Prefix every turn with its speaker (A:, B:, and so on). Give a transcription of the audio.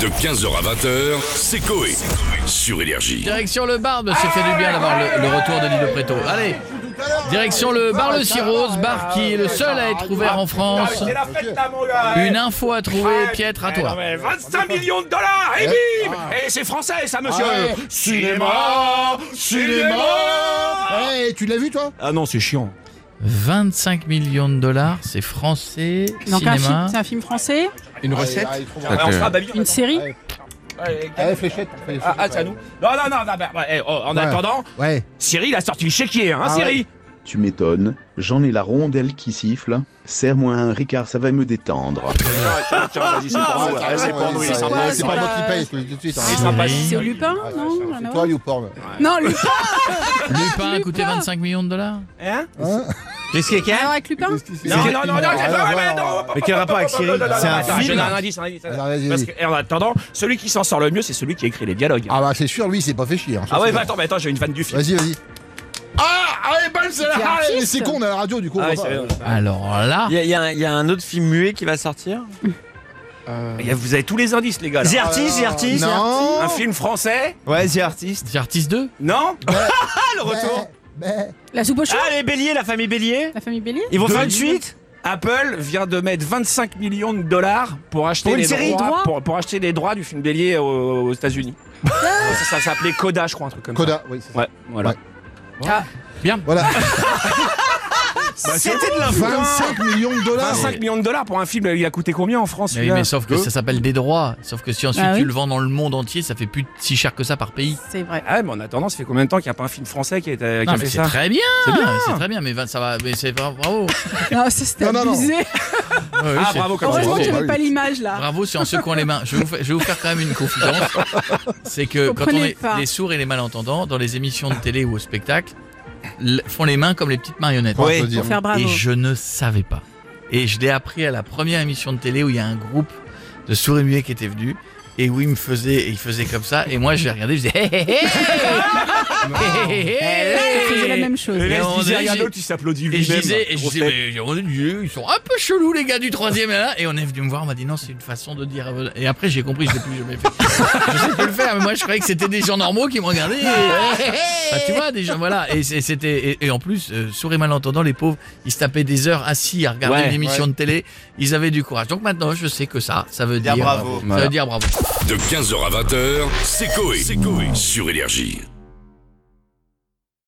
A: De 15h à 20h, c'est Coé. Sur Énergie.
B: Direction le bar, ça fait du bien d'avoir le, le retour de Lino Preto. Allez, direction le bar Le Cirrose, bar qui est le seul à être ouvert en France.
C: C'est la fête là, mon gars
B: Une info à trouver, Pietre, à toi.
C: Non, mais 25 millions de dollars Et bim Et c'est français, ça, monsieur
D: Ah. Ouais.
C: Cinéma Cinéma
D: Ouais, Eh, tu l'as vu toi
C: Ah non, c'est chiant.
B: 25 millions de dollars, c'est français,
E: Donc un film,
B: cinéma.
E: c'est un film français,
F: Une recette
D: Allez, allez,
C: Ah, on sera
E: une série.
D: Allez, fléchette. fallait
C: Ah,
D: fléchette,
C: ah, c'est à nous Non, non, non, non bah, bah, eh, oh, en
D: Ouais.
C: attendant,
D: Ouais.
C: Cyril a sorti le chéquier, hein,
D: Ah ouais.
C: Cyril
G: Tu m'étonnes, j'en ai la rondelle qui siffle. Serre-moi un Ricard, ça va me détendre.
D: Ah,
C: Ah,
D: c'est pour nous,
E: s'en va,
D: C'est
E: il
D: pas
E: s'en
D: moi
E: va.
D: qui paye, je te le dis tout de suite. hein.
C: Il Ah, sera pas-
B: Série.
E: C'est Lupin,
D: Ouais,
E: non
D: c'est-
E: rien à
D: C'est
E: voir.
D: toi, YouPorn.
E: Non, Lupin.
B: Lupin a coûté 25 millions de dollars
C: Hein
H: Qu'est-ce qu'il y
E: Alors
H: a
E: avec Lupin.
C: Non, non, non, non, non, non, non, non,
H: Mais quel rapport avec Cyril
C: non, non, non,
H: C'est un
C: attends, Je
H: film
C: donne un indice, un indice. un indice.
D: Alors, vas-y,
C: Parce
D: vas-y.
C: que, et en attendant, celui qui s'en sort le mieux, c'est celui qui écrit les dialogues.
D: Ah bah c'est sûr, lui, il s'est pas fait chier. hein, ça,
C: Ah ouais,
D: c'est
C: bah
D: sûr.
C: attends, mais attends, j'ai une vanne du film.
D: Vas-y, vas-y. Ah, allez, bam, c'est
E: C'est un
D: là. Mais
E: fils.
D: c'est con, on est à la radio du coup. on
C: Ah,
D: va
C: ouais,
D: pas-
C: c'est vrai.
B: Alors là,
H: Il y, a- il y a un- il y a un autre film muet qui va sortir
C: Il y a- Vous avez tous les indices, les gars. là.
H: The Artist, The Artist
D: Euh, Non.
C: Un film français
H: Ouais, The Artist.
B: The Artist 2
C: Non
H: le retour
D: Mais,
E: La soupe au chou.
H: Ah, les béliers, la famille bélier
E: La famille Bélier.
H: Ils vont
C: Deux
H: faire une
C: livres.
H: suite
C: Apple vient de mettre 25 millions de dollars pour acheter
H: Pour une
C: les
H: série,
C: droits,
H: droits
C: pour, pour acheter les droits du film Bélier aux, aux États-Unis.
H: Ah
C: ça ça s'appelait Coda, je crois, un truc comme
D: Coda, oui. c'est
C: ça.
D: ça.
C: Ouais, voilà.
D: Ouais.
B: Bien.
D: Voilà,
H: Bah, C'était de l'info
D: 25 millions de dollars.
C: 25 millions de dollars pour un film, il a coûté combien en France
B: Mais oui,
C: celui-là
B: mais sauf que
C: Deux
B: ça s'appelle des droits. Sauf que si ensuite
E: Ah oui.
B: tu le vends dans le monde entier, ça fait plus si cher que ça par pays.
E: C'est vrai.
C: Ah, mais en attendant, ça fait combien de temps qu'il n'y a pas un film français qui a, été- qui
B: Non,
C: a
B: mais
C: fait
B: c'est
C: Ah, ça
B: très bien.
C: C'est bien.
B: C'est très bien, mais vingt- ça va. Mais c'est bra- bravo.
E: Non, ça c'était
D: Non, non, non.
E: abusé.
B: Ouais, oui,
C: Ah,
B: c'est-
C: bravo, comme ça.
E: Heureusement que
D: c'est-
E: j'avais pas l'image là.
B: Bravo, c'est en secouant les mains. Je vais, vous faire, je vais vous faire quand même une confidence. C'est que quand on
E: Comprenez
B: est
E: pas.
B: les sourds et les malentendants, dans les émissions de télé ou au spectacle, l- font les mains comme les petites marionnettes.
D: Faut
H: Oui.
D: te dire.
E: Pour faire bravo.
B: Et je ne savais pas. Et je l'ai appris à la première émission de télé où il y a un groupe de sourds et muets qui était venu. Et où ils me faisaient, et ils faisaient comme ça. Et moi, je les regardais, je disais, hé hé hé Hé, hé, hé, hé.
E: Je faisais la même chose.
C: Le
B: Et
C: reste
B: on
C: disait
B: est-
C: rien
B: j'ai-
C: d'autre, il s'applaudit
B: Et je
C: lui-même.
B: disais, et je
C: Grosse
B: disais,
C: tête.
B: mais on est nuls, ils sont un peu chelous les gars du troisième là. Et on est venu me voir, on m'a dit non, c'est une façon de dire. Et après j'ai compris, je l'ai plus jamais fait. je sais plus le faire, mais moi je croyais que c'était des gens normaux qui me regardaient. Et- Bah, tu vois, des gens, voilà. Et, c'est- c'était, et, et en plus, euh, sourds et malentendants, les pauvres, ils se tapaient des heures assis à regarder
C: Ouais,
B: une émission de télé. Ils avaient du courage. Donc maintenant, je sais que ça, ça veut dire,
H: bravo.
B: Ça
H: Voilà.
B: veut dire bravo.
A: De 15h à 20h, c'est Coé. Sur Énergie.